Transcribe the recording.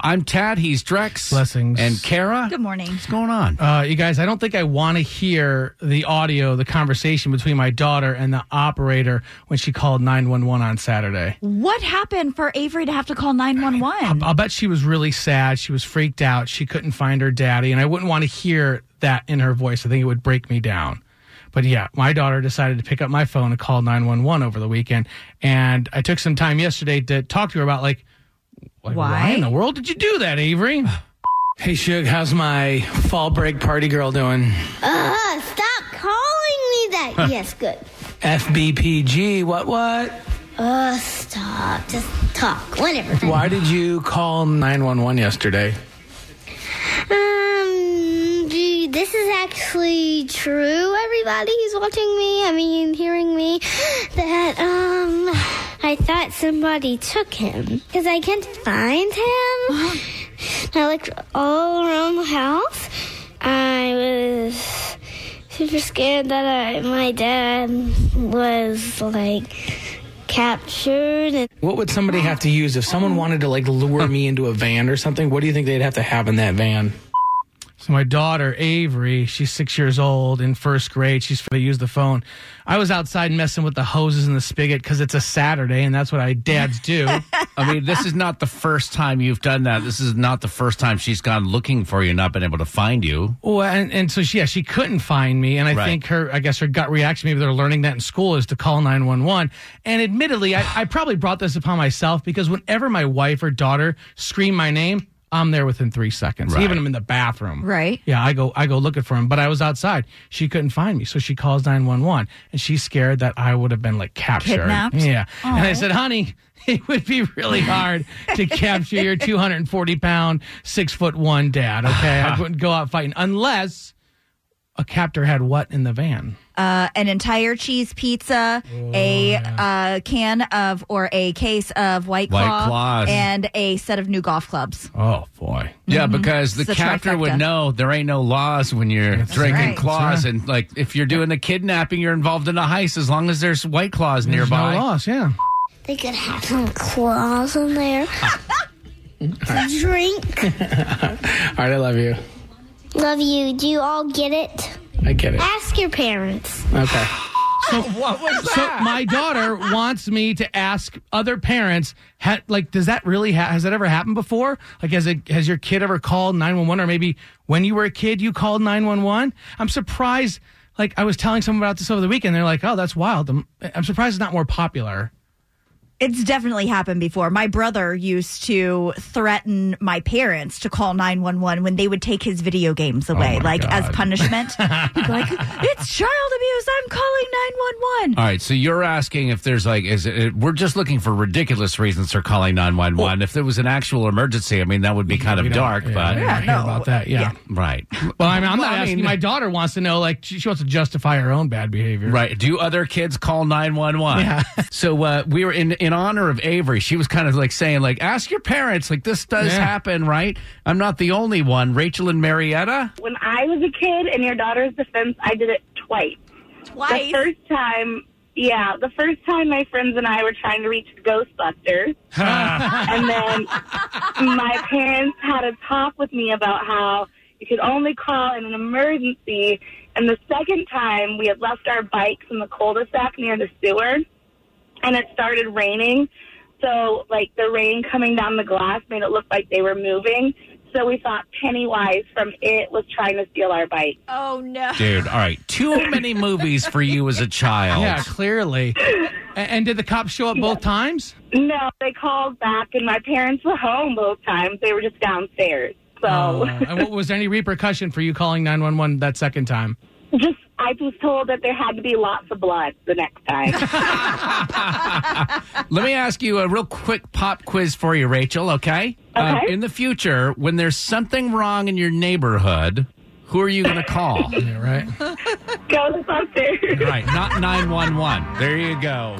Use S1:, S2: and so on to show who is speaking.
S1: I'm Tad. He's Drex.
S2: Blessings.
S1: And Kara.
S3: Good morning.
S1: What's going on?
S2: Uh, you guys, I don't think I want to hear the audio, the conversation between my daughter and the operator when she called 911 on Saturday.
S3: What happened for Avery to have to call 911?
S2: I'll bet she was really sad. She was freaked out. She couldn't find her daddy. And I wouldn't want to hear that in her voice. I think it would break me down. But yeah, my daughter decided to pick up my phone and call 911 over the weekend. And I took some time yesterday to talk to her about, like, like, why?
S3: Why?
S2: in the world did you do that, Avery? hey, Suge, how's my fall break party girl doing?
S4: Uh, stop calling me that. Yes, good.
S2: FBPG, what, what?
S4: Uh, stop. Just talk. Whatever.
S2: Why did you call 911 yesterday?
S4: Um, gee, this is actually true, everybody who's watching me, I mean, hearing me, that, um, I thought somebody took him because I couldn't find him. I looked all around the house. I was super scared that I, my dad was, like, captured and
S2: What would somebody have to use if someone wanted to like lure me into a van or something? What do you think they'd have to have in that van? So my daughter Avery, she's six years old in first grade. She's to use the phone. I was outside messing with the hoses and the spigot because it's a Saturday and that's what I dads do.
S1: I mean, this is not the first time you've done that. This is not the first time she's gone looking for you, and not been able to find you.
S2: well, and, and so she, yeah, she couldn't find me, and I
S1: Right.
S2: think her, I guess her gut reaction, maybe they're learning that in school, is to call nine one one. And admittedly, I, I probably brought this upon myself because whenever my wife or daughter scream my name, I'm there within three seconds.
S1: Right.
S2: Even I'm in the bathroom.
S3: Right.
S2: Yeah, I go I go looking for him, but I was outside. She couldn't find me, so she calls nine one one, and she's scared that I would have been like captured.
S3: Kidnapped?
S2: Yeah, and I said, "Honey, it would be really hard to capture your two hundred and forty pound, six foot one dad. Okay, I wouldn't go out fighting unless a captor had what in the van."
S3: Uh, an entire cheese pizza,
S1: Oh,
S3: a uh, can of or a case of White
S1: White
S3: Claw,
S1: Claws.
S3: and a set of new golf clubs.
S2: Oh boy.
S1: Yeah, because the
S3: Mm-hmm. It's the
S1: captor would
S3: trifecta.
S1: know there ain't no laws when you're drinking
S3: right.
S1: claws, and like if you're doing the kidnapping, you're involved in a heist as long as there's white claws
S2: There's no
S1: nearby.
S2: loss. Yeah.
S4: They could have some claws in there. Drink.
S2: All right, I love you.
S4: Love you. Do you all get it?
S2: I get it.
S4: Ask your parents.
S2: Okay.
S1: What was
S2: So my daughter wants me to ask other parents, ha, like, does that really ha- has that ever happened before? Like, has it has your kid ever called nine one one, or maybe when you were a kid you called nine one one? I'm surprised. Like, I was telling someone about this over the weekend. They're like, "Oh, that's wild." I'm, I'm surprised it's not more popular.
S3: It's definitely happened before. My brother used to threaten my parents to call 911 when they would take his video games away,
S1: Oh my
S3: like as
S1: God.
S3: punishment. He'd be like, it's child abuse. I'm calling 911.
S1: All right, so you're asking if there's like, is it, we're just looking for ridiculous reasons for calling 911. if there was an actual emergency, I mean, that would be kind of dark, but
S2: I hear
S3: no.
S2: about that. Yeah.
S1: right.
S2: Well, I mean, I'm
S1: Well,
S2: not
S1: I
S2: asking.
S1: mean-
S2: my daughter wants to know, like, she, she wants to justify her own bad behavior.
S1: Right. Do other kids call 911?
S2: Yeah.
S1: So uh, we were in, in honor of Avery. She was kind of like saying, like, ask your parents. Like, this does
S2: Yeah.
S1: happen, right? I'm not the only one. Rachel and Marietta?
S5: when I was a kid, in your daughter's defense, I did it twice. The
S3: Twice.
S5: first time, yeah, the first time my friends and I were trying to reach Ghostbusters, and then my parents had a talk with me about how you could only call in an emergency. And the second time, we had left our bikes in the cul-de-sac near the sewer, and it started raining. So, like, the rain coming down the glass made it look like they were moving. So we thought Pennywise from It was trying to steal our bike.
S3: Oh, no.
S1: Dude, all right. Too many movies for you as a child.
S2: Yeah, clearly. A- and, did the cops show up both times?
S5: No, they called back, and my parents were home both times. They were just downstairs. So
S2: Uh, and what, was there any repercussion for you calling 911 that second time?
S5: just I was told that there had to be lots of blood the next time.
S1: Let me ask you a real quick pop quiz for you, Rachel, okay? Um,
S5: Okay.
S1: in the future, when there's something wrong in your neighborhood, who are you going to call?
S2: Yeah, right.
S5: Ghostbusters.
S1: right, not 911. There you go.